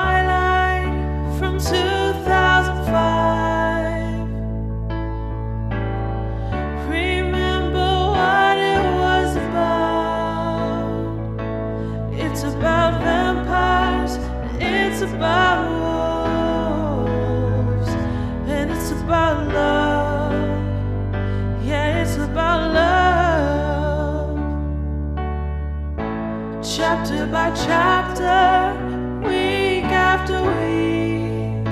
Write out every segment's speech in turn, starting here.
twilight from 2005. Remember what it was about. It's about vampires, and it's about wolves, and it's about love. Yeah, it's about love chapter by chapter, week after week.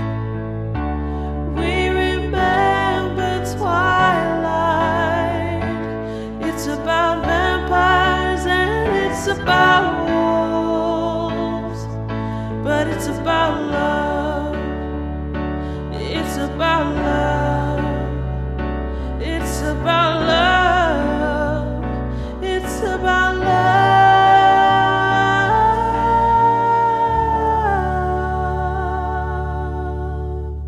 We remember Twilight. It's about vampires and it's about wolves, but it's about love. It's about love. It's about love. It's about love.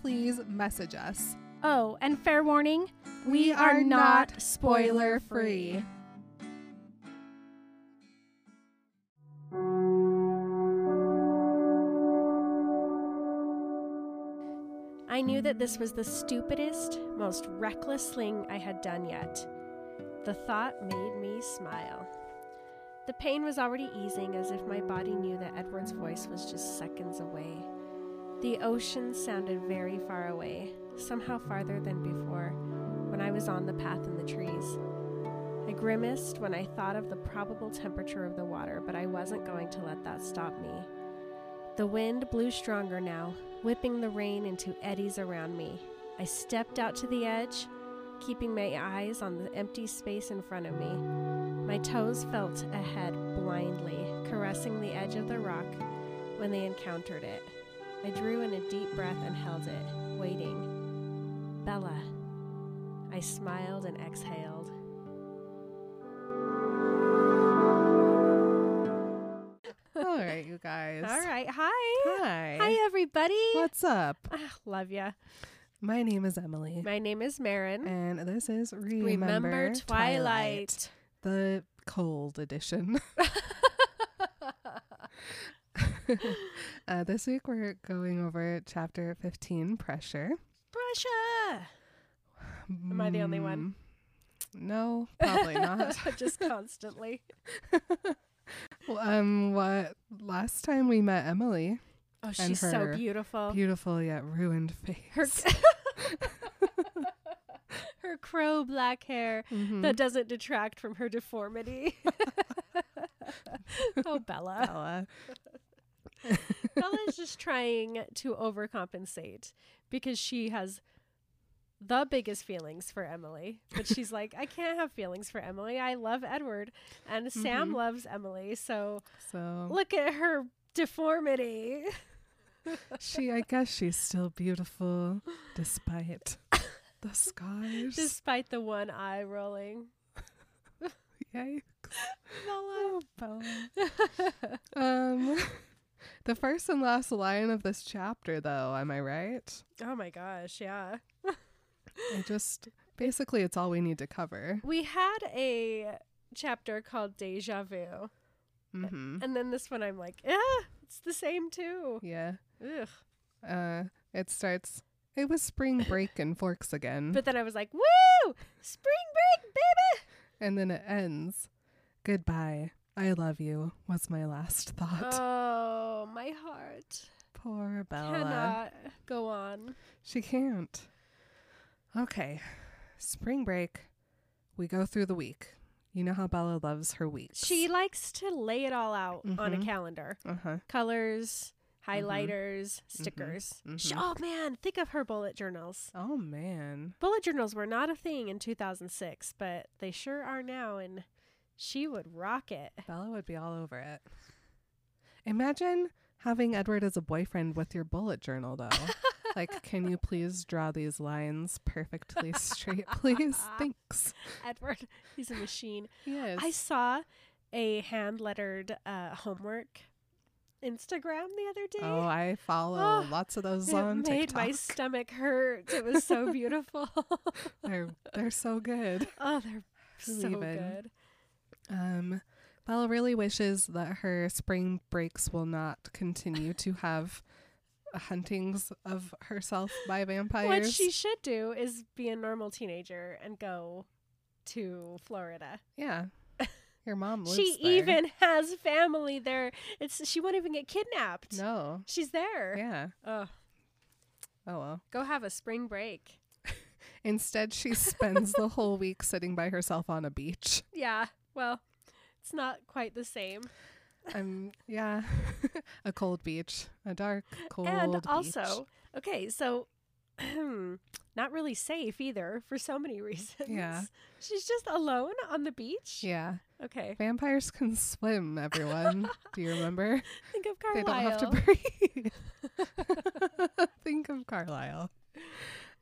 please message us. Oh, and fair warning, we, are not spoiler-free. spoiler-free. I knew that this was the stupidest, most reckless thing I had done yet. The thought made me smile. The pain was already easing as if my body knew that Edward's voice was just seconds away. The ocean sounded very far away, somehow farther than before, when I was on the path in the trees. I grimaced when I thought of the probable temperature of the water, but I wasn't going to let that stop me. The wind blew stronger now, whipping the rain into eddies around me. I stepped out to the edge, keeping my eyes on the empty space in front of me. My toes felt ahead blindly, caressing the edge of the rock when they encountered it. I drew in a deep breath and held it, waiting. Bella. I smiled and exhaled. All right, you guys. All right. Hi. Hi. everybody. What's up? Ah, love ya. My name is Emily. My name is Marin. and this is Remember, Remember, Twilight. Twilight. the cold edition. uh, this week we're going over chapter 15, Pressure. Pressure. Am I the only one? Mm, No, probably not. Just constantly. Well, um, what last time we met Emily, Oh, And she's so her beautiful. beautiful yet ruined her, face. her crow black hair Mhm. that doesn't detract from her deformity. oh, Bella. Bella. Bella's just trying to overcompensate because she has the biggest feelings for Emily. But she's like, I can't have feelings for Emily. I love Edward and Sam Mhm. loves Emily. So So look at her deformity. she, I guess she's still beautiful despite the scars. Despite the one eye rolling. Yikes. Bella. Oh, Bella. um, the first and last line of this chapter, though, am I right? Oh my gosh, yeah. I just basically it's all we need to cover. We had a chapter called Deja Vu. hmm And then this one I'm like, yeah, it's the same too. Yeah. Ugh. Uh, it starts. It was spring break and forks again, But then I was like, woo! Spring break, baby! and then it ends. Goodbye. I love you was my last thought. Oh, my heart Poor Bella. cannot go on. She can't. Okay. Spring break. We go through the week. You know how Bella loves her weeks. She likes to lay it all out on a Mhm. calendar Uh huh. colors, highlighters, stickers. mhm. Sh- Oh man, think of her bullet journals. Oh man. Bullet journals were not a thing in 2006, but they sure are now, and she would rock it. Bella would be all over it. Imagine having Edward as a boyfriend with your bullet journal, though. like, can you please draw these lines perfectly straight, please? Thanks. Edward, he's a machine. Yes. I saw a hand lettered uh, homework Instagram the other day. oh, I follow Oh, lots of those it on made TikTok. my stomach hurt. It was so beautiful. they're they're so good. oh, they're so Leave it. good. Um, Bella really wishes that her spring breaks will not continue to have huntings of herself by vampires. What she should do is be a normal teenager and go to Florida. yeah. Your mom lives she there. even has family there. It's she won't even get kidnapped. no. She's there. Yeah. Ugh. Oh well. go have a spring break. Instead, she spends the whole week sitting by herself on a beach. Yeah. Well, it's not quite the same. Um, yeah, a cold beach, a dark, cold. and beach. also, okay, so not really safe either for so many reasons. She's just alone on the beach. yeah, Okay. vampires can swim. Everyone, do you remember? Think of They Carlisle. don't have to breathe. Think of Carlisle.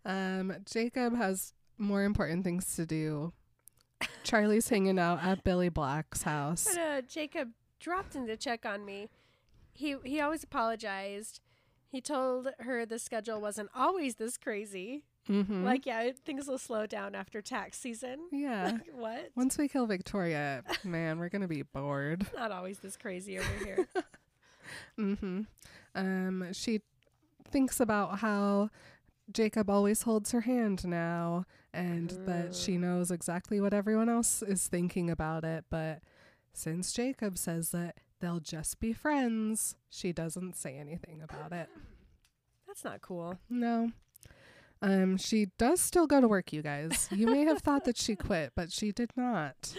Um, Jacob has more important things to do. Charlie's hanging out at Billy Black's house. But uh, Jacob dropped in to check on me. He he always apologized. He told her the schedule wasn't always this crazy. Mm-hmm. Like, yeah, things will slow down after tax season. yeah. Like, what? Once we kill Victoria, man, we're gonna be bored. Not always this crazy over here. Mm-hmm. Um, she thinks about how Jacob always holds her hand now, and that she knows exactly what everyone else is thinking about it. But since Jacob says that they'll just be friends, she doesn't say anything about it. That's not cool. No. Um, she does still go to work, you guys. You may have thought that she quit, but she did not.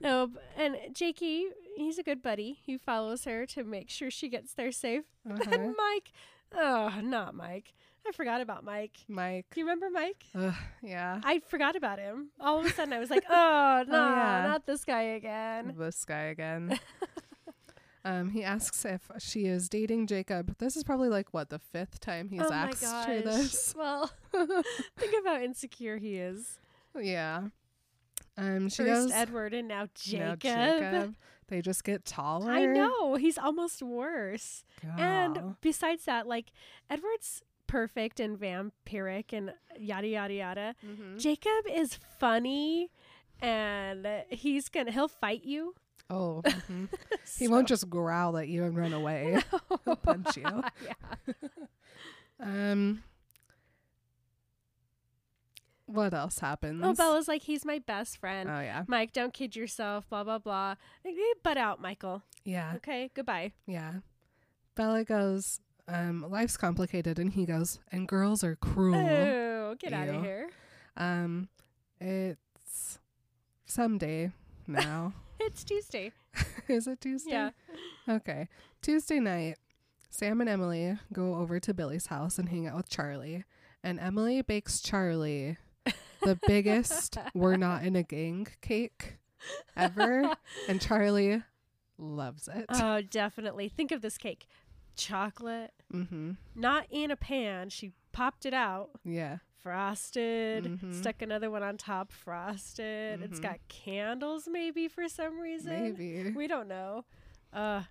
No, b- and Jakey, he's a good buddy. He follows her to make sure she gets there safe. Uh-huh. And Mike, oh, not Mike. I forgot about Mike. Mike. Do you remember Mike? Ugh, yeah. I forgot about him. All of a sudden, I was like, oh, no, yeah. not this guy again. This guy again. um, he asks if she is dating Jacob. This is probably like what the fifth time he's oh asked my gosh. her this. Well, think of how insecure he is. yeah. Um, she First goes Edward and now "No, Jacob. Jacob. They just get taller. I know he's almost worse. Gal. And besides that, like Edward's perfect and vampiric and yada yada yada. Mm-hmm. Jacob is funny, and he's gonna he'll fight you. oh, mhm. he won't just growl at you and run away. He'll punch you. yeah. Um, what else happens? Oh, Bella's like he's my best friend. Oh, yeah, Mike, don't kid yourself. Blah blah blah. Like, eh, Butt out, Michael. yeah. Okay, goodbye. Yeah. Bella goes, um, life's complicated. And he goes, and girls are cruel. Oh, get out Ew. of here. Um, it's someday now. It's Tuesday. Is it Tuesday? Yeah. Okay. Tuesday night, Sam and Emily go over to Billy's house and hang out with Charlie. And Emily bakes Charlie the biggest we're not in a gang cake ever. And Charlie loves it. Oh, definitely. Think of this cake. Chocolate. mm-hmm. Not in a pan. She popped it out. Yeah. frosted Mhm. stuck another one on top frosted it's Mhm. got candles maybe for some reason Maybe. we don't know uh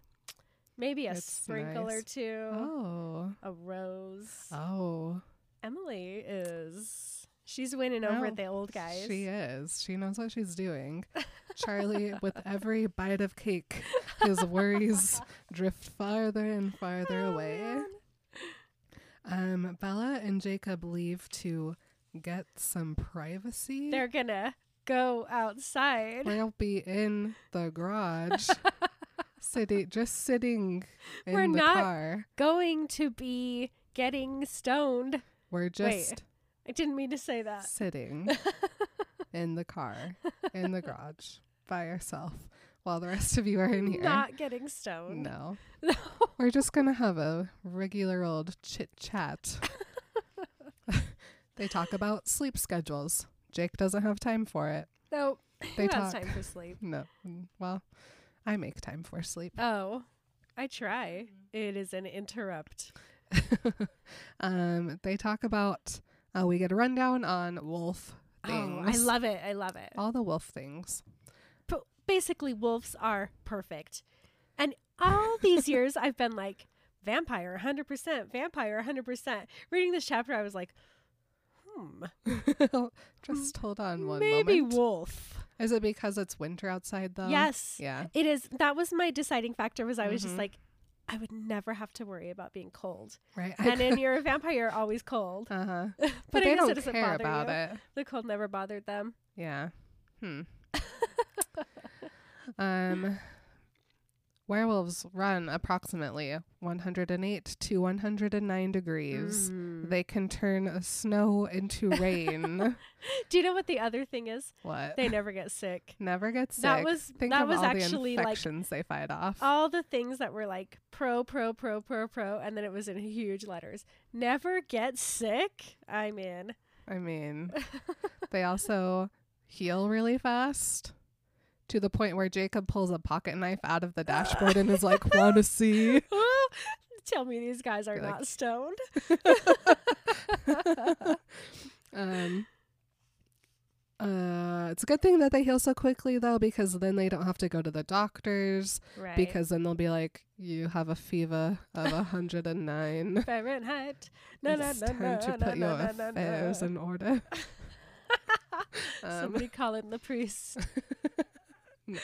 maybe a It's sprinkle or nice. two Oh. a rose Oh, emily is she's winning over Well, the old guys she is. She knows what she's doing. Charlie, with every bite of cake, his worries drift farther and farther Oh, away. man. Um, Bella and Jacob leave to get some privacy. they're gonna go outside They'll be in the garage, sitting, just sitting in We're the not- car. going to be getting stoned We're just i didn't mean to say that sitting in the car in the garage by herself while the rest of you are in here. Not getting stoned. no. No. We're just going to have a regular old chit chat. they talk about sleep schedules. Jake doesn't have time for it. Nope. They Who has talk. time for sleep? No. Well, I make time for sleep. Oh, I try. It is an interrupt. um, they talk about uh, we get a rundown on wolf things. Oh, I love it. I love it. all the wolf things. But basically, wolves are perfect. And all these years, I've been like, vampire 100%, vampire 100%. Reading this chapter, I was like, hmm, Just hold on one Mm, maybe moment. Oh, wolf. Is it because it's winter outside though? yes. Yeah. It is. That was my deciding factor was I was Mhm. just like, I would never have to worry about being cold. Right. And then you're a vampire, always cold. uh huh. but But I guess they it don't doesn't care bother about you. it. The cold never bothered them. Yeah. Hmm. um. Werewolves run approximately 108 to 109 degrees. Mm. They can turn snow into rain. Do you know what the other thing is? what? They never get sick. Never get sick. That was- Think that of was all actually, the like, infections they fight off. all the things that were like pro, pro, pro, pro, pro, and then it was in huge letters. Never get sick. I'm in. I mean, they also heal really fast to the point where Jacob pulls a pocket knife out of the dashboard and is like, "Want to see?" Oh, Tell me these guys are You're like- not stoned. um, uh, it's a good thing that they heal so quickly though, because then they don't have to go to the doctors. Right. Because then they'll be like, "You have a fever of a hundred and nine. Fahrenheit. No, no, It's no, time no, to no, put no, your no, no, no. affairs in order." Um, Somebody call in the priest. No.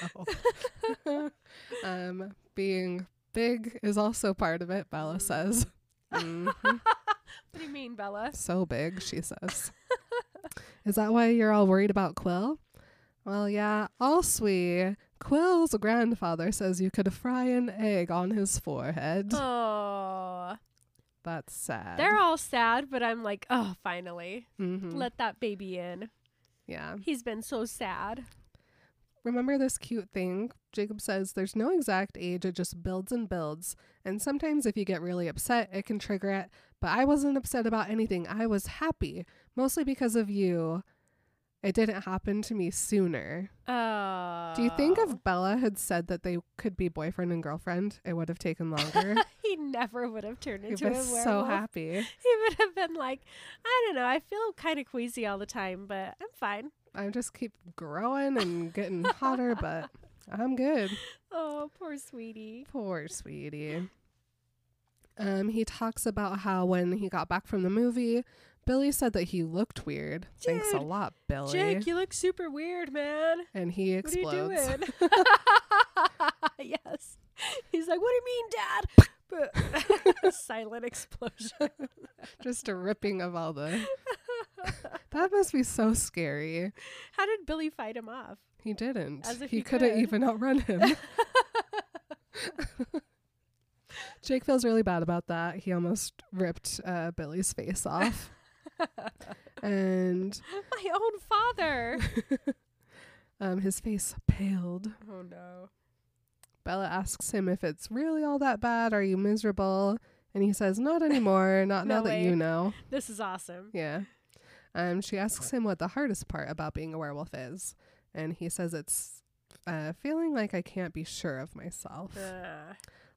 um, being big is also part of it, Bella says. Mm-hmm. Mhm. What do you mean, Bella? So big, she says. is that why you're all worried about Quill? Well, yeah, Allswee. Quill's grandfather says you could fry an egg on his forehead. Oh, That's Mm-hmm. sad. they're all sad, but I'm like, oh, finally, Mhm. let that baby in. yeah. He's been so sad. Remember this cute thing? Jacob says there's no exact age, it just builds and builds. And sometimes if you get really upset, it can trigger it. But I wasn't upset about anything. I was happy, mostly because of you. It didn't happen to me sooner. Oh, Do you think if Bella had said that they could be boyfriend and girlfriend, it would have taken longer? he never would have turned He into a was werewolf? so happy. He would have been like, I don't know, I feel kind of queasy all the time, but I'm fine. I just keep growing and getting hotter, but I'm good. Oh, poor sweetie. Poor sweetie. Um, he talks about how when he got back from the movie, Billy said that he looked weird. Thanks a Dude, lot, Billy. Jake, you look super weird, man. and What he are you explodes. doing? yes. He's like, What do you mean, Dad? But silent explosion. Just a ripping of all the. that must be so scary. How did Billy fight him off? He didn't. As if he he couldn't could. even outrun him. Jake feels really bad about that. He almost ripped uh, Billy's face off. and My own father. um, his face paled. oh no. Bella asks him if it's really all that bad. Are you miserable? And he says, Not anymore. Not now No that way. you know. This is awesome. Yeah. Um, she asks him what the hardest part about being a werewolf is. And he says, It's uh, feeling like I can't be sure of myself. Ah.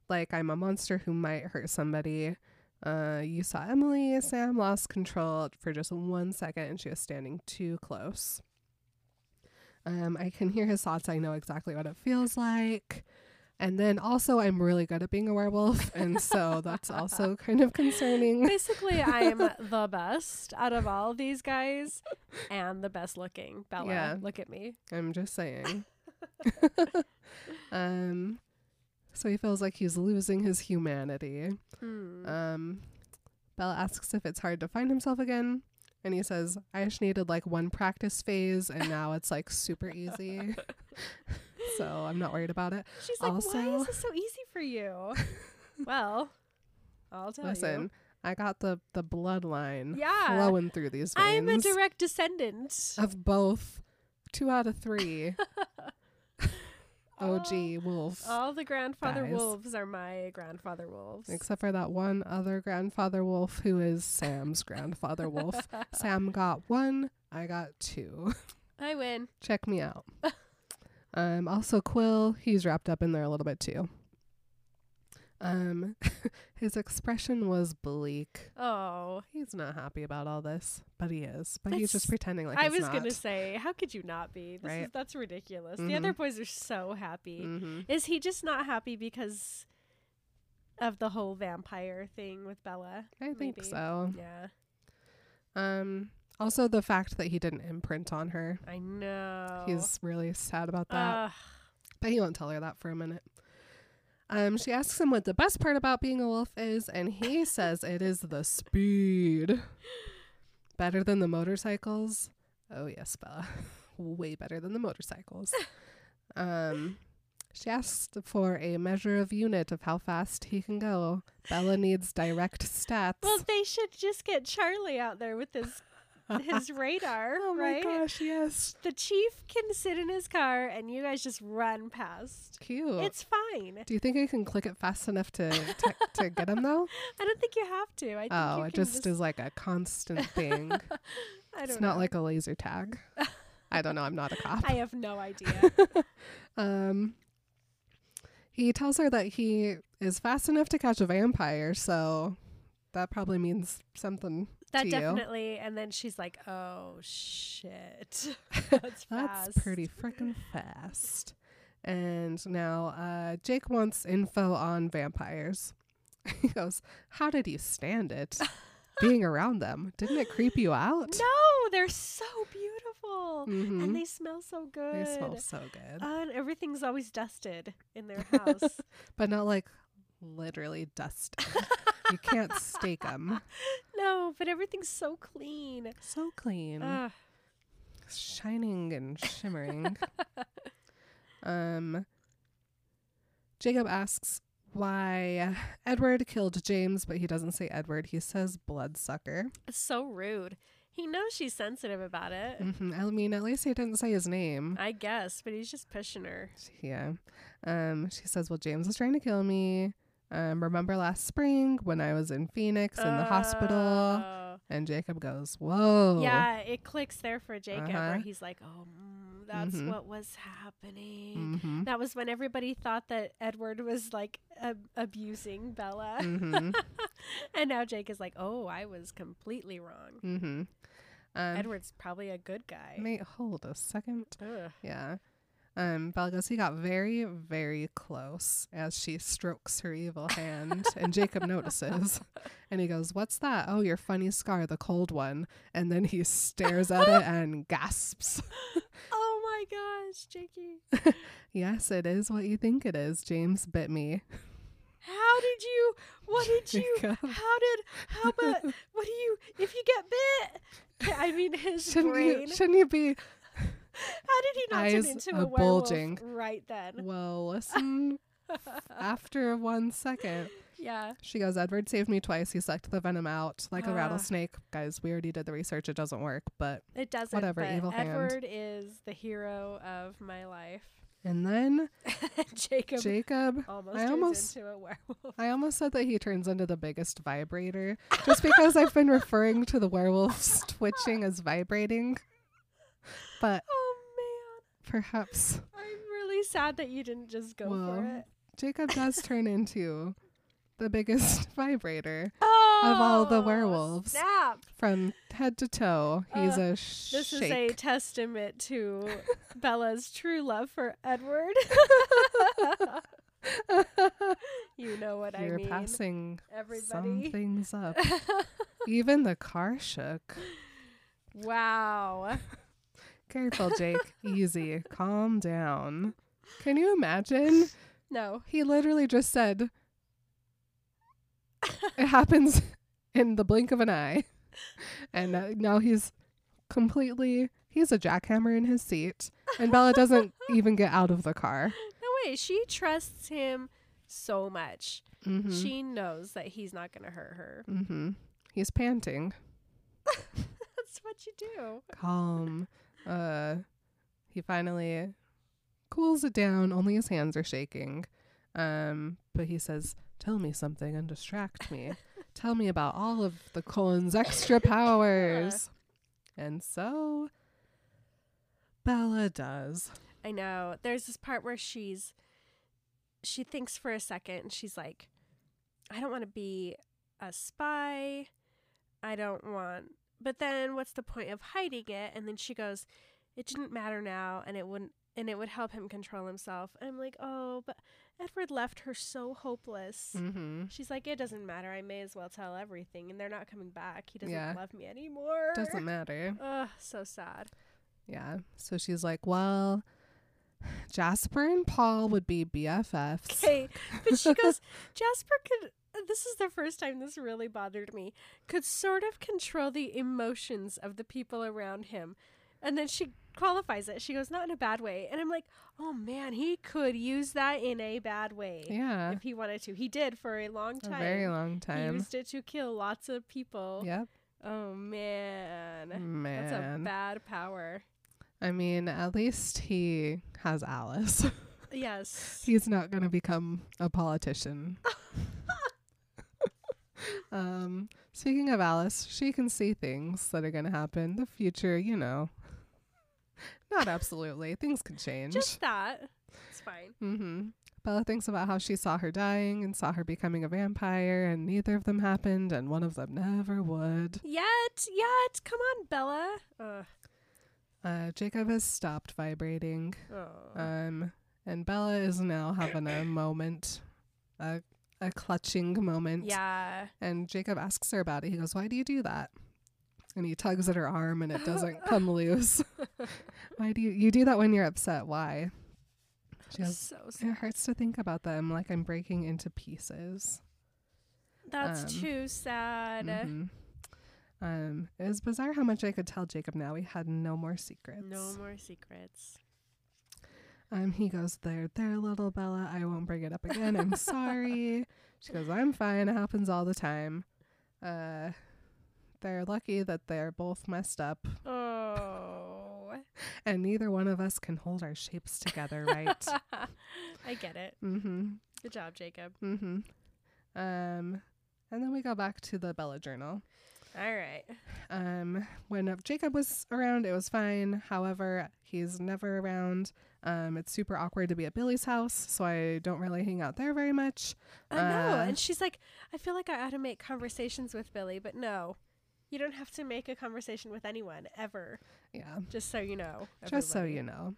Like I'm a monster who might hurt somebody. Uh, you saw Emily. Sam lost control for just one second and she was standing too close. Um, I can hear his thoughts. I know exactly what it feels like. And then also, I'm really good at being a werewolf. And so that's also kind of concerning. Basically, I'm the best out of all these guys and the best looking. Bella, Yeah. look at me. I'm just saying. um, so he feels like he's losing his humanity. Hmm. Um, Bella asks if it's hard to find himself again. And he says, I just needed like one practice phase and now it's like super easy. so I'm not worried about it. She's like, why also- is this so easy for you? well, I'll tell Listen, you. I got the, the bloodline Yeah. flowing through these veins I'm a direct Oh, descendant of both. Two out of three. Oh. OG wolf. All the grandfather Guys. wolves are my grandfather wolves. Except for that one other grandfather wolf who is Sam's grandfather wolf. Sam got one, I got two. I win. Check me out. Um, also, Quill, he's wrapped up in there a little bit too. Um, his expression was bleak. Oh, He's not happy about all this, but he is. But he's That's- just pretending like I he's was not. gonna say, how could you not be? This is, Right. that's ridiculous. The Mhm. other boys are so happy. Mhm. Is he just not happy because of the whole vampire thing with Bella? I think Maybe. so. Yeah, Um, also, the fact that he didn't imprint on her, I know. Oh, he's really sad about that. Ugh. But he won't tell her that for a minute. Um, she asks him what the best part about being a wolf is, and he says it is the speed. Better than the motorcycles? Oh yes, Bella. Way better than the motorcycles. Um, she asked for a measure of unit of how fast he can go. Bella needs direct stats. well, they should just get Charlie out there with his his radar, oh right? my gosh, yes. The chief can sit in his car, and you guys just run past. Cute. It's fine. Do you think I can click it fast enough to to, to get him though? I don't think you have to. I think Oh, you it can just is like a constant thing. I don't It's not know. like a laser tag. I don't know. I'm not a cop. I have no idea. Um, he tells her that he is fast enough to catch a vampire, so that probably means something. That to you. definitely. And then she's like, "Oh shit, that's fast." That's pretty freaking fast. And now uh, Jake wants info on vampires. he goes, "How did you stand it? Being around them didn't it creep you out? No, they're so beautiful, Mhm. and they smell so good. They smell so good." Uh, and everything's always dusted in their house. but not like literally dust. you can't stake them. no, but everything's so clean. So clean, Ugh. shining and shimmering. um, Jacob asks why Edward killed James, but he doesn't say Edward. He says bloodsucker. It's so rude. He knows she's sensitive about it. hmm I mean, at least he didn't say his name. I guess, but he's just pushing her. Yeah. Um, she says, Well, James was trying to kill me. Um, remember last spring when I was in Phoenix in the hospital? Oh. And Jacob goes, Whoa. Yeah, it clicks there for Jacob, where Uh-huh. he's like, "Oh, mm, that's Mhm. what was happening." Mm-hmm. That was when everybody thought that Edward was like ab- abusing Bella. mm-hmm. and now Jake is like, oh, I was completely wrong. Mm-hmm. Um, Edward's probably a good guy. Mate, hold a second. Ugh. Yeah. Um, Bella goes, he got very, very close as she strokes her evil hand, and Jacob notices. And he goes, What's that? Oh, your funny scar, the cold one. And then he stares at it and gasps. Oh my gosh, Jakey. Yes, it is what you think it is. James bit me. How did you, what did you, Jacob. how did, how about, what do you, if you get bit? I mean, his Shouldn't brain. you, shouldn't you be? how did he not turn Eyes into are a bulging. werewolf right then? Well, listen. After one second, Yeah. she goes, Edward saved me twice. He sucked the venom out like Ah. a rattlesnake. Guys, we already did the research. It doesn't work, but It doesn't. Whatever, but evil hand. Edward is the hero of my life. And then Jacob Jacob, almost I turns almost- into a werewolf. I almost said that he turns into the biggest vibrator just because I've been referring to the werewolves twitching as vibrating. But Oh perhaps man, I'm really sad that you didn't just go for Well, it. Jacob does turn into the biggest vibrator Oh, all the werewolves. Snap! from head to toe. He's a shake. Uh, This is a testament to Bella's true love for Edward. you know what You're I mean, passing some everybody. things up. Even the car shook. Wow. Careful, Jake. Easy. Calm down. Can you imagine? No. He literally just said, "It happens in the blink of an eye," and uh, now he's completely—he's a jackhammer in his seat, and Bella doesn't even get out of the car. No way. She trusts him so much. Mm-hmm. She knows that he's not going to hurt her. mm-hmm. He's panting. That's what you do. Calm. Uh, he finally cools it down, only his hands are shaking. Um, but he says, Tell me something and distract me. Tell me about all of the Colin's extra powers. And so Bella does. I know. There's this part where she's she thinks for a second and she's like, I don't want to be a spy. I don't want but then what's the point of hiding it? And then she goes, It didn't matter now and it wouldn't and it would help him control himself. I'm like, Oh, but Edward left her so hopeless. Mm-hmm. She's like, It doesn't matter, I may as well tell everything and they're not coming back. He doesn't Yeah. love me anymore. Doesn't matter. Ugh, so sad. Yeah. So she's like, Well, Jasper and Paul would be BFFs. Okay, but she goes, Jasper could. This is the first time this really bothered me. Could sort of control the emotions of the people around him, and then she qualifies it. She goes, not in a bad way, and I'm like, oh man, he could use that in a bad way Yeah. if he wanted to. He did for a long A time. very long time. He used it to kill lots of people. Yep. Oh man. that's a Man. bad power. I mean, at least he has Alice. Yes. He's not going to become a politician. um, speaking of Alice, she can see things that are going to happen, the future, you know. Not absolutely. things can change. Just that. It's fine. Mm-hmm. Bella thinks about how she saw her dying and saw her becoming a vampire, and neither of them happened, and one of them never would. Yet, yet, come on, Bella. Ugh. Uh, Jacob has stopped vibrating. Oh. Um, and Bella is now having a moment, a, a clutching moment. yeah. And Jacob asks her about it. He goes, Why do you do that? And he tugs at her arm and it doesn't come loose. Why do you, you do that when you're upset? Why? She goes, So sad. It hurts to think about them like I'm breaking into pieces. That's um, too sad. Mhm. Um, it was bizarre how much I could tell Jacob now. He had no more secrets. No more secrets. Um, he goes, There, there, little Bella. I won't bring it up again. I'm sorry. she goes, I'm fine. It happens all the time. Uh, they're lucky that they're both messed up Oh. and neither one of us can hold our shapes together, right? I get it. mm hmm. Good job, Jacob. Mm hmm. Um, and then we go back to the Bella journal. All right. Um, when uh, Jacob was around, it was fine. However, he's never around. Um, it's super awkward to be at Billy's house, so I don't really hang out there very much. I know. Uh, And she's like, I feel like I ought to make conversations with Billy, but no. You don't have to make a conversation with anyone ever. Yeah, Just so you know. just so you know.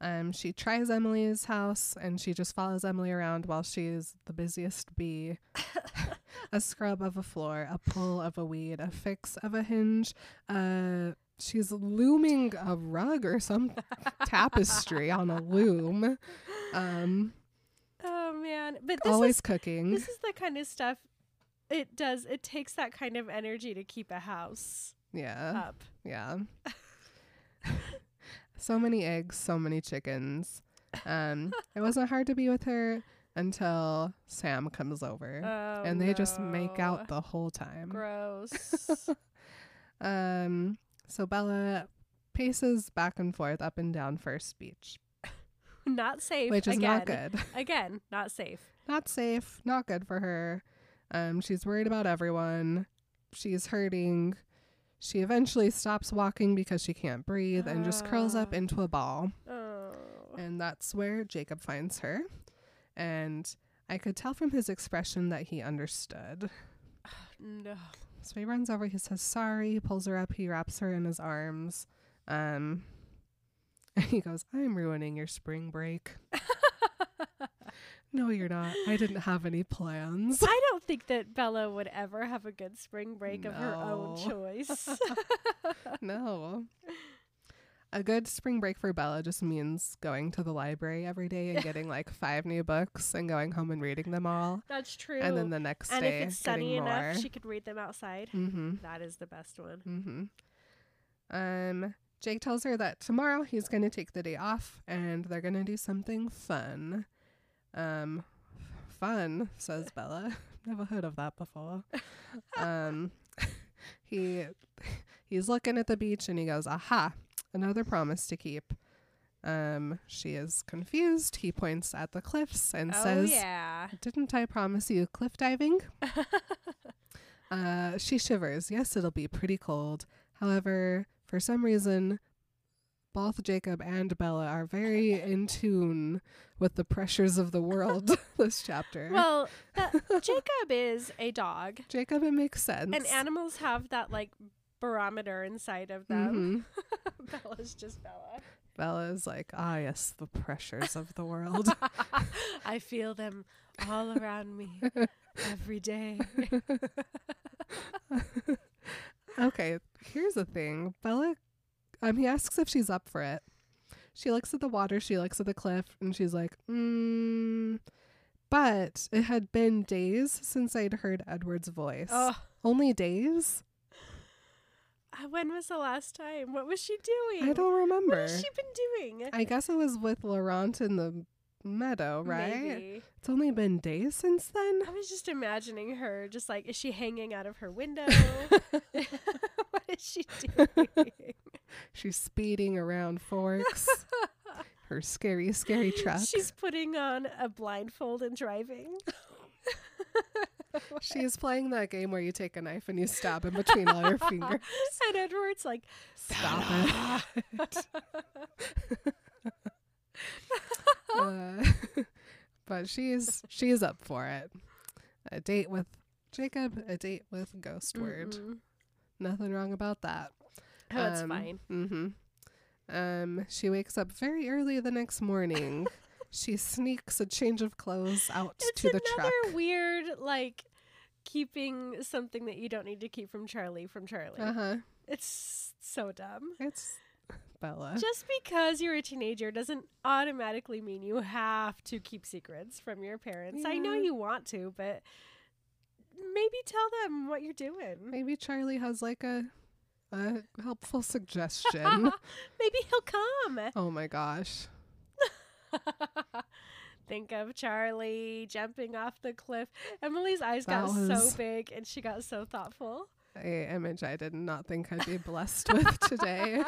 Um, she tries Emily's house and she just follows Emily around while she is the busiest bee. a scrub of a floor, a pull of a weed, a fix of a hinge. Uh, she's looming a rug or some tapestry on a loom. Um, Oh man. But this always is cooking. this is the kind of stuff it does it takes that kind of energy to keep a house yeah, up. yeah. so many eggs, so many chickens. Um, it wasn't hard to be with her until Sam comes over, Oh, and they just make no. out the whole time. Gross. Um, so Bella paces back and forth, up and down First Beach, not safe. which is again. not good, Again, not safe. not safe, not good for her. Um, she's worried about everyone. She's hurting. She eventually stops walking because she can't breathe and just curls up Ah. into a ball. Oh. And that's where Jacob finds her. And I could tell from his expression that he understood. No. So he runs over, he says sorry, he pulls her up, he wraps her in his arms. Um and he goes, I'm ruining your spring break. no, you're not. I didn't have any plans. I don't think that Bella would ever have a good spring break of her own No. choice. no. A good spring break for Bella just means going to the library every day and getting like five new books and going home and reading them all. That's true. And then the next And day, if it's sunny getting more. enough, she could read them outside. mm-hmm. That is the best one. Mm-hmm. Um, Jake tells her that tomorrow he's going to take the day off and they're going to do something fun. Um, fun, says Bella. Never heard of that before. um, he he's looking at the beach and he goes, "Aha, another promise to keep." Um, she is confused. He points at the cliffs and oh says, yeah. Didn't I promise you cliff diving? Uh, she shivers. Yes, it'll be pretty cold. However, for some reason, both Jacob and Bella are very in tune with the pressures of the world this chapter. well, that, Jacob is a dog, Jacob, it makes sense. and animals have that like barometer inside of them. Mhm. Bella's just Bella. Bella is like, ah, yes, the pressures of the world. I feel them all around me every day. okay, here's the thing. Bella, um, he asks if she's up for it. She looks at the water, she looks at the cliff, and she's like, mm. But it had been days since I'd heard Edward's voice. Oh, Only days? uh, when was the last time? What was she doing? I don't What remember. has she been doing? I guess it was with Laurent in the meadow, right? Maybe. It's only been days since then. I was just imagining her, just like, is she hanging out of her window? what is she doing? She's speeding around forks. Her scary, scary truck. She's putting on a blindfold and driving. She's playing that game where you take a knife and you stab in between all your fingers. and Edward's like, Stop it. uh, but she's she's up for it. A date with Jacob, a date with Ghost Word. "Mm-mm." Nothing wrong about that. Oh, it's Um, fine. Mm-hmm. Um, she wakes up very early the next morning. she sneaks a change of clothes out It's to the another truck. weird, like, keeping something that you don't need to keep from Charlie from Charlie. Uh huh. It's so dumb. It's Bella. Just because you're a teenager doesn't automatically mean you have to keep secrets from your parents. I know Yeah. you want to, but maybe tell them what you're doing. Maybe Charlie has like a a helpful suggestion. maybe he'll come. oh my gosh. Think of Charlie jumping off the cliff. Emily's eyes That got was- so big and she got so thoughtful. A image I did not think I'd be blessed with today.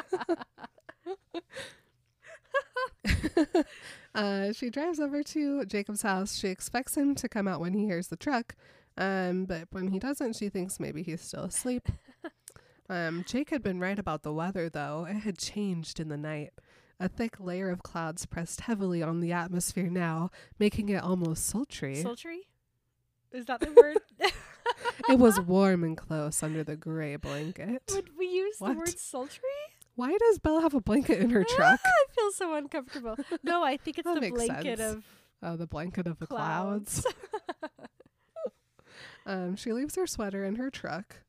uh, she drives over to Jacob's house. She expects him to come out when he hears the truck, um, but when he doesn't, she thinks maybe he's still asleep. Um, Jake had been right about the weather, though. It had changed in the night. A thick layer of clouds pressed heavily on the atmosphere now, making it almost sultry. Sultry? Is that the word? it was warm and close under the gray blanket. Would we use What? the word sultry? Ah, Why does Bella have a blanket in her truck? I feel so uncomfortable. No, I think it's That the makes blanket sense. of Oh, the blanket of the clouds. clouds. Um, she leaves her sweater in her truck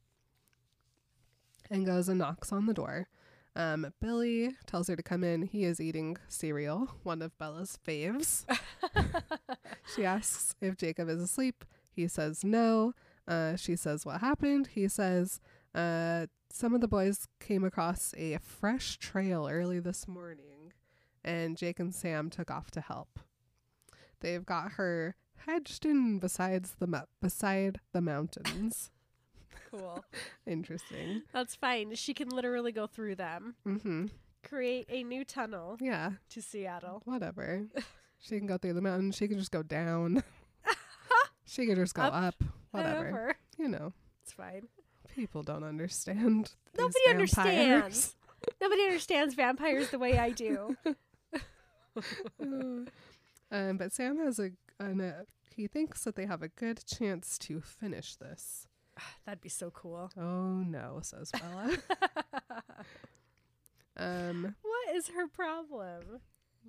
and goes and knocks on the door. Um, Billy tells her to come in. He is eating cereal, one of Bella's faves. she asks if Jacob is asleep. He says no. Uh, she says what happened. He says uh, some of the boys came across a fresh trail early this morning, and Jake and Sam took off to help. They've got her hedged in besides the mo- beside the mountains. cool. Interesting. That's fine. She can literally go through them. Mm-hmm. Create a new tunnel Yeah. to Seattle. Whatever. She can go through the mountain. She can just go down. she can just go Up up. Whatever. Whatever. You know, It's fine. people don't understand. these Nobody understands. Nobody understands vampires the way I do. vampires. um, but Sam has a, an, uh He thinks that they have a good chance to finish this. That'd be so cool. Oh no, says Bella. um, What is her problem?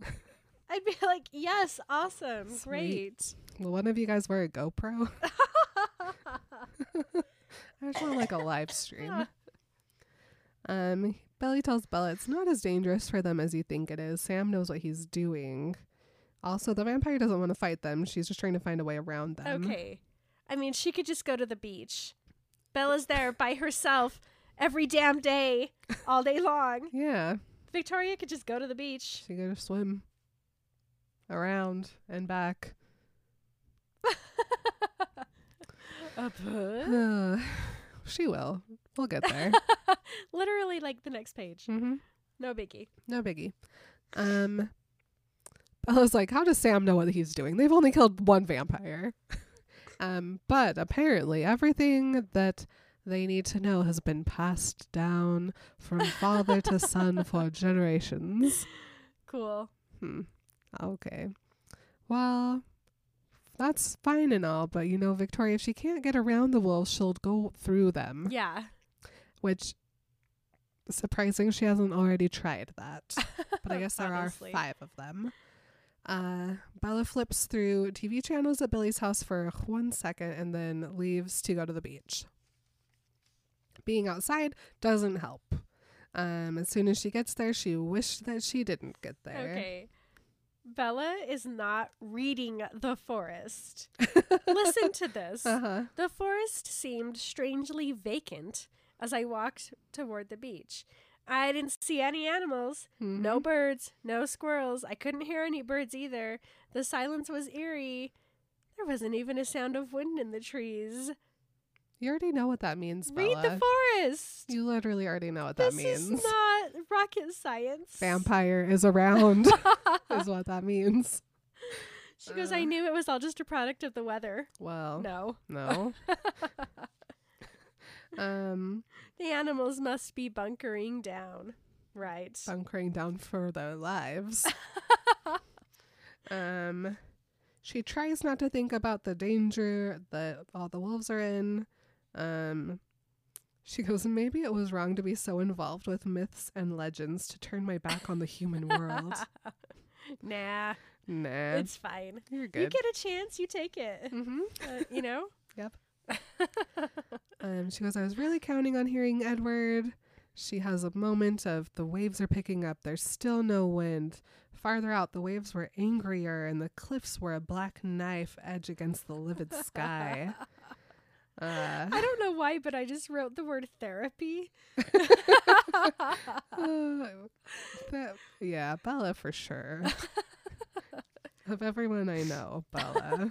I'd be like, yes, awesome, great. Will one of you guys wear a GoPro? I just want like a live stream. Um, Belly tells Bella it's not as dangerous for them as you think it is. Sam knows what he's doing. Also, the vampire doesn't want to fight them. She's just trying to find a way around them. Okay. I mean, she could just go to the beach. Bella's there by herself every damn day, all day long. Yeah, Victoria could just go to the beach. she goes to swim around and back. she will. We'll get there. Literally, like the next page. hmm No biggie. No biggie. Um, Bella's like, how does Sam know what he's doing? They've only killed one vampire. um, but apparently, everything that they need to know has been passed down from father to son for generations. Cool. Hmm. Okay. Well, that's fine and all, but you know, Victoria, if she can't get around the wolves, she'll go through them, Yeah. which surprising she hasn't already tried that. But I guess there are Obviously. five of them. Uh, Bella flips through TV channels at Billy's house for one second and then leaves to go to the beach. Being outside doesn't help. Um, as soon as she gets there, she wished that she didn't get there. Okay. Bella is not reading The Forest. Listen to this. Uh huh. The forest seemed strangely vacant as I walked toward the beach. I didn't see any animals, Mm-hmm. no birds, no squirrels. I couldn't hear any birds either. The silence was eerie. There wasn't even a sound of wind in the trees. You already know what that means, Read Bella. the forest. you literally already know what that this means. is not rocket science. Vampire is around, is what that means. she goes, I knew it was all just a product of the weather. Well, No. no. um, The animals must be bunkering down. Right. bunkering down for their lives. um, she tries not to think about the danger that all the wolves are in. Um, she goes, maybe it was wrong to be so involved with myths and legends to turn my back on the human world. nah, Nah, it's fine. you're You good. get a chance, you take it. mm-hmm. Uh, you know? Yep. um, she goes, I was really counting on hearing Edward. She has a moment of the waves are picking up. There's still no wind. Farther out, the waves were angrier and the cliffs were a black knife edge against the livid sky. Uh, I don't know why, but I just wrote the word therapy. uh, that, yeah, Bella for sure. of everyone I know, Bella.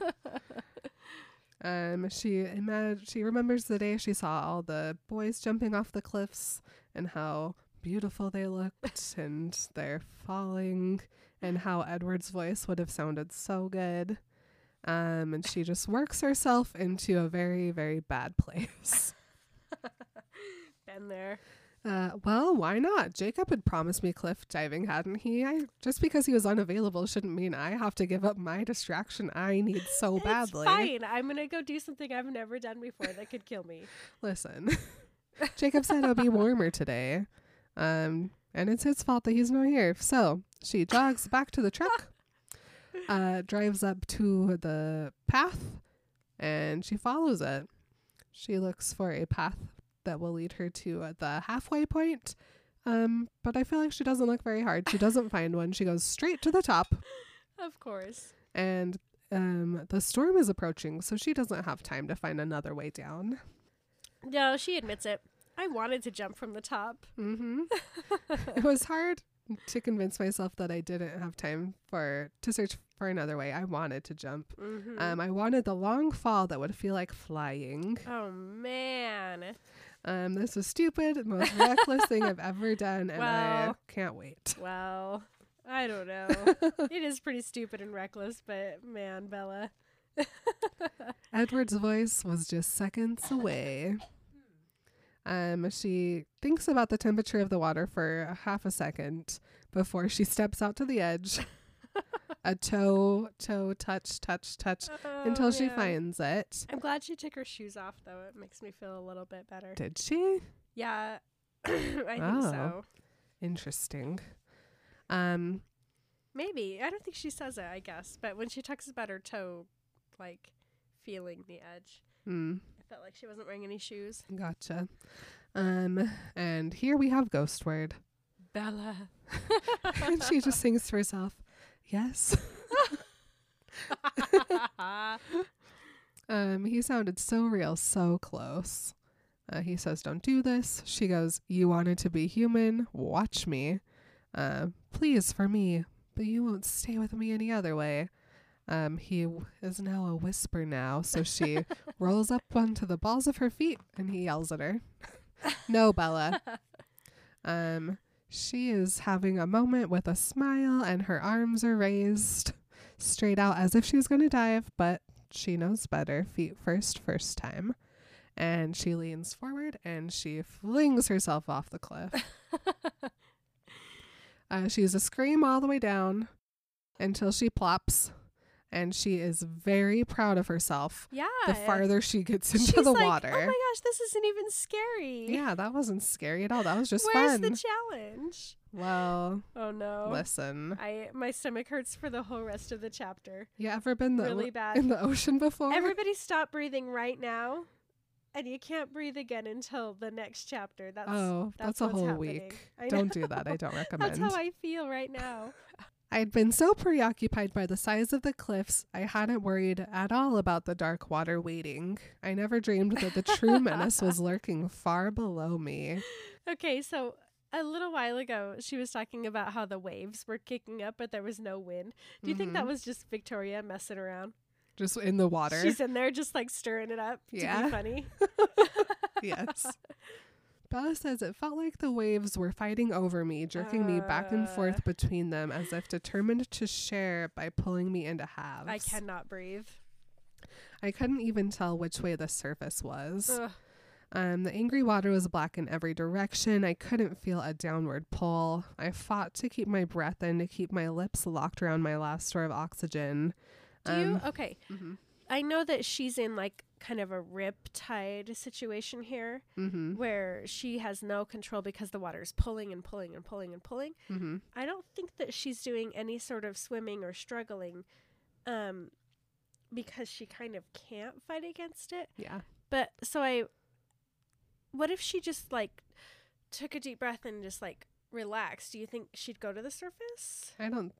Um, she imag- she remembers the day she saw all the boys jumping off the cliffs and how beautiful they looked and they're falling and how Edward's voice would have sounded so good. Um, and she just works herself into a very, very bad place. Been there. Uh, well, why not? Jacob had promised me cliff diving, hadn't he? I just because he was unavailable shouldn't mean I have to give up my distraction I need Oh, so badly. It's fine. I'm going to go do something I've never done before that could kill me. Listen, Jacob said it'll be warmer today, um, and it's his fault that he's not here. So she jogs back to the truck, uh, drives up to the path, and she follows it. She looks for a path that will lead her to uh, the halfway point. Um, but I feel like she doesn't look very hard. She doesn't find one. She goes straight to the top, Of course. and um, the storm is approaching, so she doesn't have time to find another way down. No, she admits it. I wanted to jump from the top. Mm-hmm. it was hard to convince myself that I didn't have time for to search for another way. I wanted to jump. Mhm. Um, I wanted the long fall that would feel like flying. oh, man. Um, this was stupid, most reckless thing I've ever done, and I Well. can't wait. Well, I don't know. it is pretty stupid and reckless, but man, Bella. Edward's voice was just seconds away. Um, she thinks about the temperature of the water for a half a second before she steps out to the edge. a toe, toe, touch, touch, touch, until Oh, she man. finds it. I'm glad she took her shoes off, though. It makes me feel a little bit better. Did she? Yeah, I think Oh. so. Interesting. Um, Maybe. I don't think she says it, I guess. But when she talks about her toe, like, feeling the edge, hmm, I felt like she wasn't wearing any shoes. gotcha. Um, and here we have Ghost Word. Bella. and she just sings to herself, Yes. Um, he sounded so real, so close. Uh, he says, Don't do this. She goes, You wanted to be human. Watch me. Uh, please, for me. But you won't stay with me any other way. Um, he w- is now a whisper now. So she rolls up onto the balls of her feet and he yells at her, No, Bella. Um, She is having a moment with a smile, and her arms are raised straight out as if she's going to dive, but she knows better. Feet first, first time. And she leans forward and she flings herself off the cliff. Uh, she's a scream all the way down until she plops, and she is very proud of herself. yeah. The farther she gets into She's the like, water, Oh my gosh, this isn't even scary. yeah, that wasn't scary at all. That was just Where's fun. the challenge? well, Oh no. listen, I my stomach hurts for the whole rest of the chapter. you ever been the Really bad. in the ocean before? Everybody stop breathing right now. And you can't breathe again until the next chapter. That's oh, that's, a what's whole happening. week. I Don't know. do that. I don't recommend. That's how I feel right now. I'd been so preoccupied by the size of the cliffs, I hadn't worried at all about the dark water waiting. I never dreamed that the true menace was lurking far below me. Okay, so a little while ago, she was talking about how the waves were kicking up, but there was no wind. Do you think that was just Victoria messing around? Just in the Mm-hmm. water. She's in there just like stirring it up to Yeah. be funny. yes. Bella says it felt like the waves were fighting over me, jerking me back and Uh. forth between them as if determined to share by pulling me into halves. I cannot breathe. I couldn't even tell which way the surface was. Ugh. Um, the angry water was black in every direction. I couldn't feel a downward pull. I fought to keep my breath and to keep my lips locked around my last store of oxygen. Do you? Okay. mhm. I know that she's in like kind of a riptide situation here Mm-hmm, where she has no control because the water is pulling and pulling and pulling and pulling. mm-hmm. I don't think that she's doing any sort of swimming or struggling um, because she kind of can't fight against it. Yeah. But so I, what if she just like took a deep breath and just like relaxed? Do you think she'd go to the surface? I don't.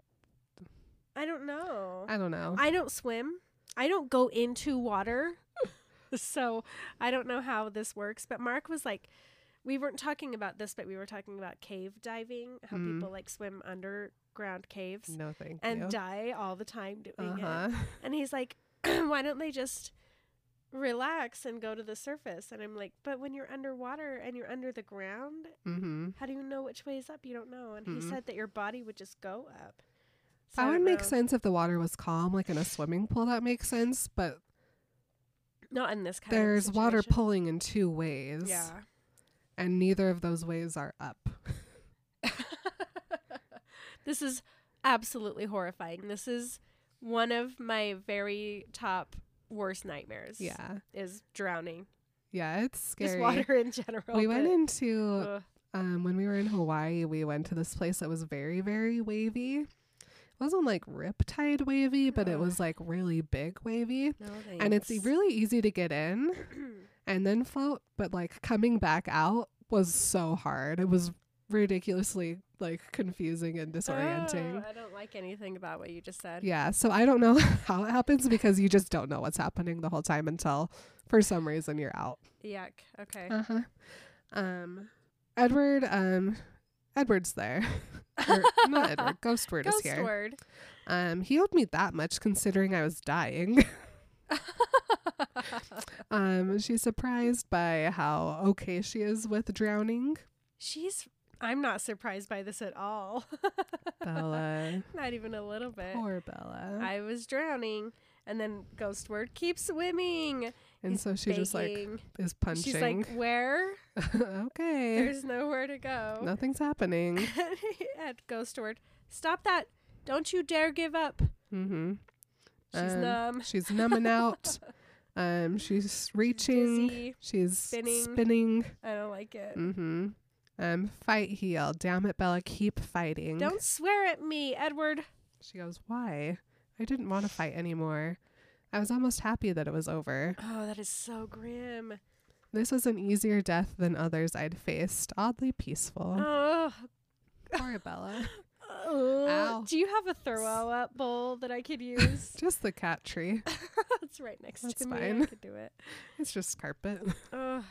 I don't know. I don't know. I don't swim. I don't go into water. so I don't know how this works. But Mark was like, we weren't talking about this, but we were talking about cave diving, how Mm. people like swim underground caves no, thank and you. die all the time doing uh-huh. it. And he's like, why don't they just relax and go to the surface? And I'm like, but when you're underwater and you're under the ground, Mm-hmm. how do you know which way is up? You don't know. And he Mm-mm. said that your body would just go up. So I Mm-hmm. That would don't make know. sense if the water was calm, like in a swimming pool. That makes sense, but Not in this kind of there's water situation. pulling in two ways, Yeah. and neither of those ways are up. this is absolutely horrifying. This is one of my very top worst nightmares. Yeah, Is drowning. yeah, it's Just scary. water in general. we went but- into Ugh. um, when we were in Hawaii, we went to this place that was very, very wavy. It wasn't like riptide wavy, but it Ugh. was like really big wavy. No, And it's thanks. really easy to get in and then float, but like coming back out was so hard. It was ridiculously like confusing and disorienting. Oh, I don't like anything about what you just said. Yeah, so I don't know how it happens because you just don't know what's happening the whole time until for some reason you're out. Yuck. Okay. Uh huh. Um, Edward. Um, Edward's there. Or, not Edward. Ghostward is Ghost here. word. Um, he owed me that much considering I was dying. um, she's surprised by how okay she is with drowning. She's. I'm not surprised by this at all. Bella, not even a little bit. poor Bella. I was drowning, and then ghost word keep swimming. and he's so she just like begging. is punching. Eh. She's like, where? okay, There's nowhere to go. nothing's happening. and ghost word, stop that! Don't you dare give up. Mm-hmm. She's Um, numb. She's numbing out. Um, she's reaching. dizzy. She's spinning. spinning. I don't like it. Mm-hmm. Um, fight heel. Damn it, Bella. Keep fighting. Don't swear at me, Edward. She goes, Why? I didn't want to fight anymore. I was almost happy that it was over. Oh, that is so grim. This was an easier death than others I'd faced. Oddly peaceful. Oh, Poor Bella. Ugh. Ow. Oh. Do you have a throw up bowl that I could use? Just the cat tree. it's right next That's to me. I fine. could do it. It's just carpet. Ugh.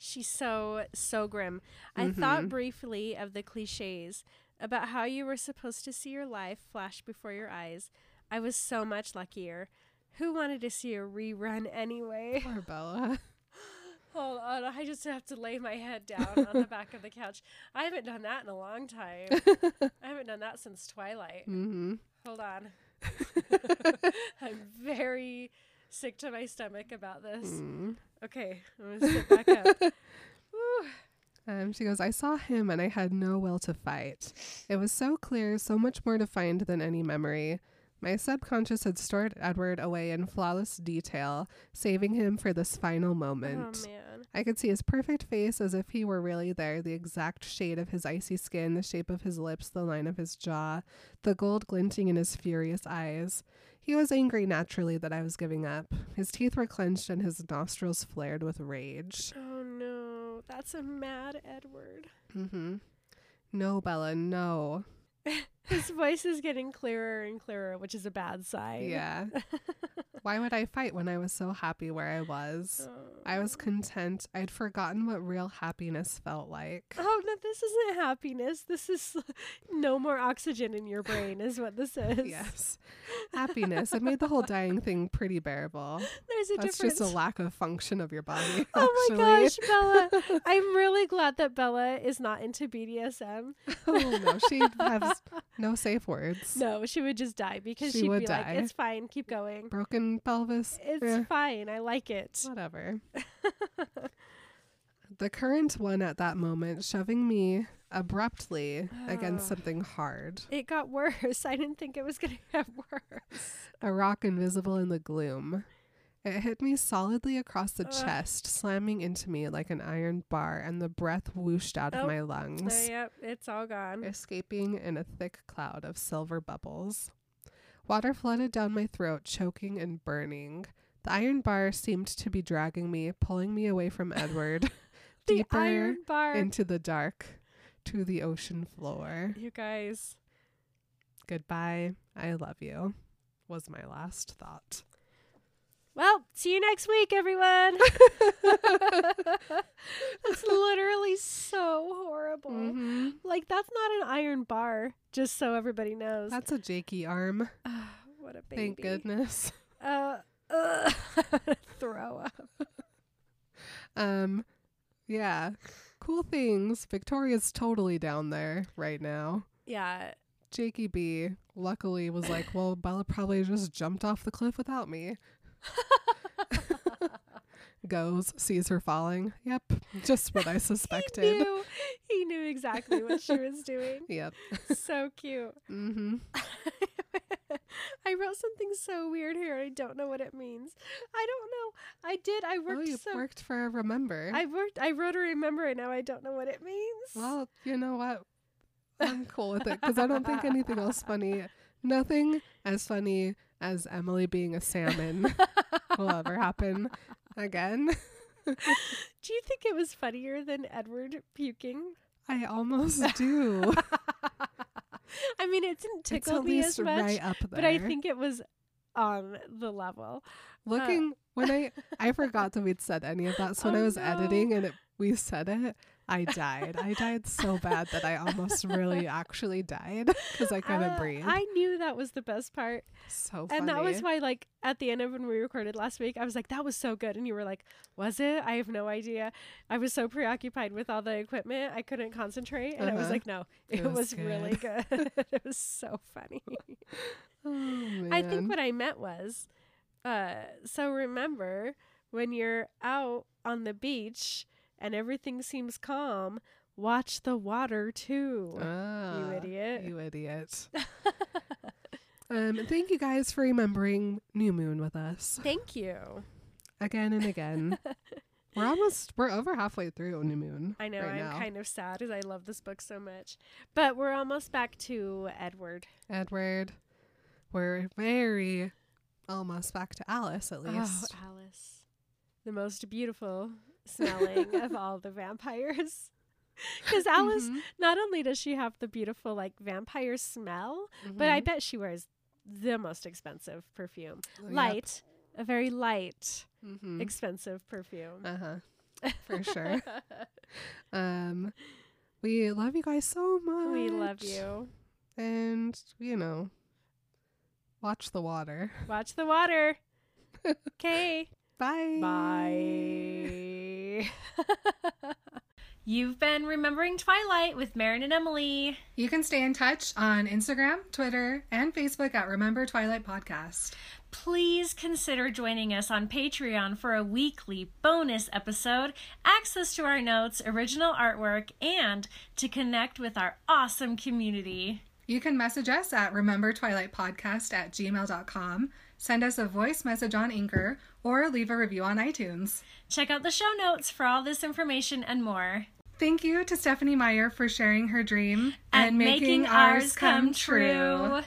She's so, so grim. I thought Mhm. briefly of the cliches about how you were supposed to see your life flash before your eyes. I was so much luckier. Who wanted to see a rerun anyway? Poor Bella. Hold on, I just have to lay my head down on the back of the couch. I haven't done that in a long time. I haven't done that since Twilight. Mm-hmm. Hold on. I'm very sick to my stomach about Mm. this. Mm-hmm. Okay, I'm gonna sit back up. Oh, Um, she goes, I saw him and I had no will to fight. It was so clear, so much more defined than any memory. My subconscious had stored Edward away in flawless detail, saving him for this final moment. Oh man. I could see his perfect face as if he were really there the exact shade of his icy skin, the shape of his lips, the line of his jaw, the gold glinting in his furious eyes. He was angry naturally that I was giving up. His teeth were clenched and his nostrils flared with rage. Oh no. That's a mad Edward. Mm-hmm. No, Bella, no. His voice is getting clearer and clearer, which is a bad sign. Yeah. Why would I fight when I was so happy where I was? Oh. I was content. I'd forgotten what real happiness felt like. Oh no, this isn't happiness. This is no more oxygen in your brain is what this is. Yes. Happiness. It made the whole dying thing pretty bearable. There's a That's difference. just a lack of function of your body. Oh my actually. gosh, Bella. I'm really glad that Bella is not into BDSM. oh no, she has no safe words. No, she would just die because She she would would be die. like, it's fine, keep going. Broken pelvis. It's eh, fine, I like it. whatever. the current one at that moment shoving me abruptly against something hard. It got worse. I didn't think it was going to get worse. a rock invisible in the gloom. It hit me solidly across the chest, slamming into me like an iron bar, and the breath whooshed out Oh, of my No, lungs, yep, it's all gone. escaping in a thick cloud of silver bubbles. Water flooded down my throat, choking and burning. The iron bar seemed to be dragging me, pulling me away from Edward, The deeper iron bar. into the dark, to the ocean floor. you guys. Goodbye, I love you, was my last thought. Well, see you next week, everyone. that's literally so horrible. Mhm. Like, that's not an iron bar, just so everybody knows. That's a jakey arm. Ah, what a baby. Thank goodness. Uh, ugh, throw up. Um, yeah. Cool things. Victoria's totally down there right now. Yeah. Jakey B luckily was like, Well, Bella probably just jumped off the cliff without me. Goes, sees her falling. Yep. Just what I He suspected. knew, he knew exactly what she was doing. Yep. So cute. Mm-hmm. I wrote something so weird here. I don't know what it means. I don't know. I did. I Oh, worked you so. worked for Remember. I worked. I wrote a remember, and now I don't know what it means. Well, you know what? I'm cool with it because I don't think anything else funny, nothing as funny as Emily being a salmon will ever happen again. Do you think it was funnier than Edward puking? I almost do. I mean, it didn't it's tickle at me as least much, right up there. but I think uh, it was on the level. looking when I I forgot that we'd said any of that. So when Oh, I was no. editing and it, we said it, I died. I died so bad that I almost really actually died because I couldn't Uh, breathe. I knew that was the best part. so funny. And that was why, like, at the end of when we recorded last week, I was like, that was so good. And you were like, was it? I have no idea. I was so preoccupied with all the equipment, I couldn't concentrate. And I was Uh-huh. like, no, it, It was, was really good. it was so funny. Oh, I think man. what I meant was uh, so remember when you're out on the beach and everything seems calm, watch the water too. Ah, idiot. You idiot. um, thank you guys for remembering New Moon with us Thank you. again and again. we're almost, we're over halfway through New Moon. I know right I'm now. kind of sad because I love this book so much. But we're almost back to Edward. Edward, we're very almost back to Alice at least. Oh, Alice. The most beautiful smelling of all the vampires. Because Alice, Mhm. not only does she have the beautiful, like, vampire smell, but I Mhm. bet she wears the most expensive perfume. Oh, Yep. Light, a very light, Mhm. expensive perfume. uh-huh. For sure. um, we love you guys so much. we love you. And, you know, watch the water. Watch the water. Okay. Bye. Bye. Exactly. You've been remembering Twilight with Marin and Emily. You can stay in touch on Instagram, Twitter, and Facebook at Remember Twilight Podcast. please consider joining us on Patreon for a weekly bonus episode, access to our notes, original artwork, and to connect with our awesome community. You can message us at Remember Twilight Podcast at gmail.com, send us a voice message on Anchor, or leave a review on iTunes. Check out the show notes for all this information and more. Thank you to Stephanie Meyer for sharing her dream And making ours come true.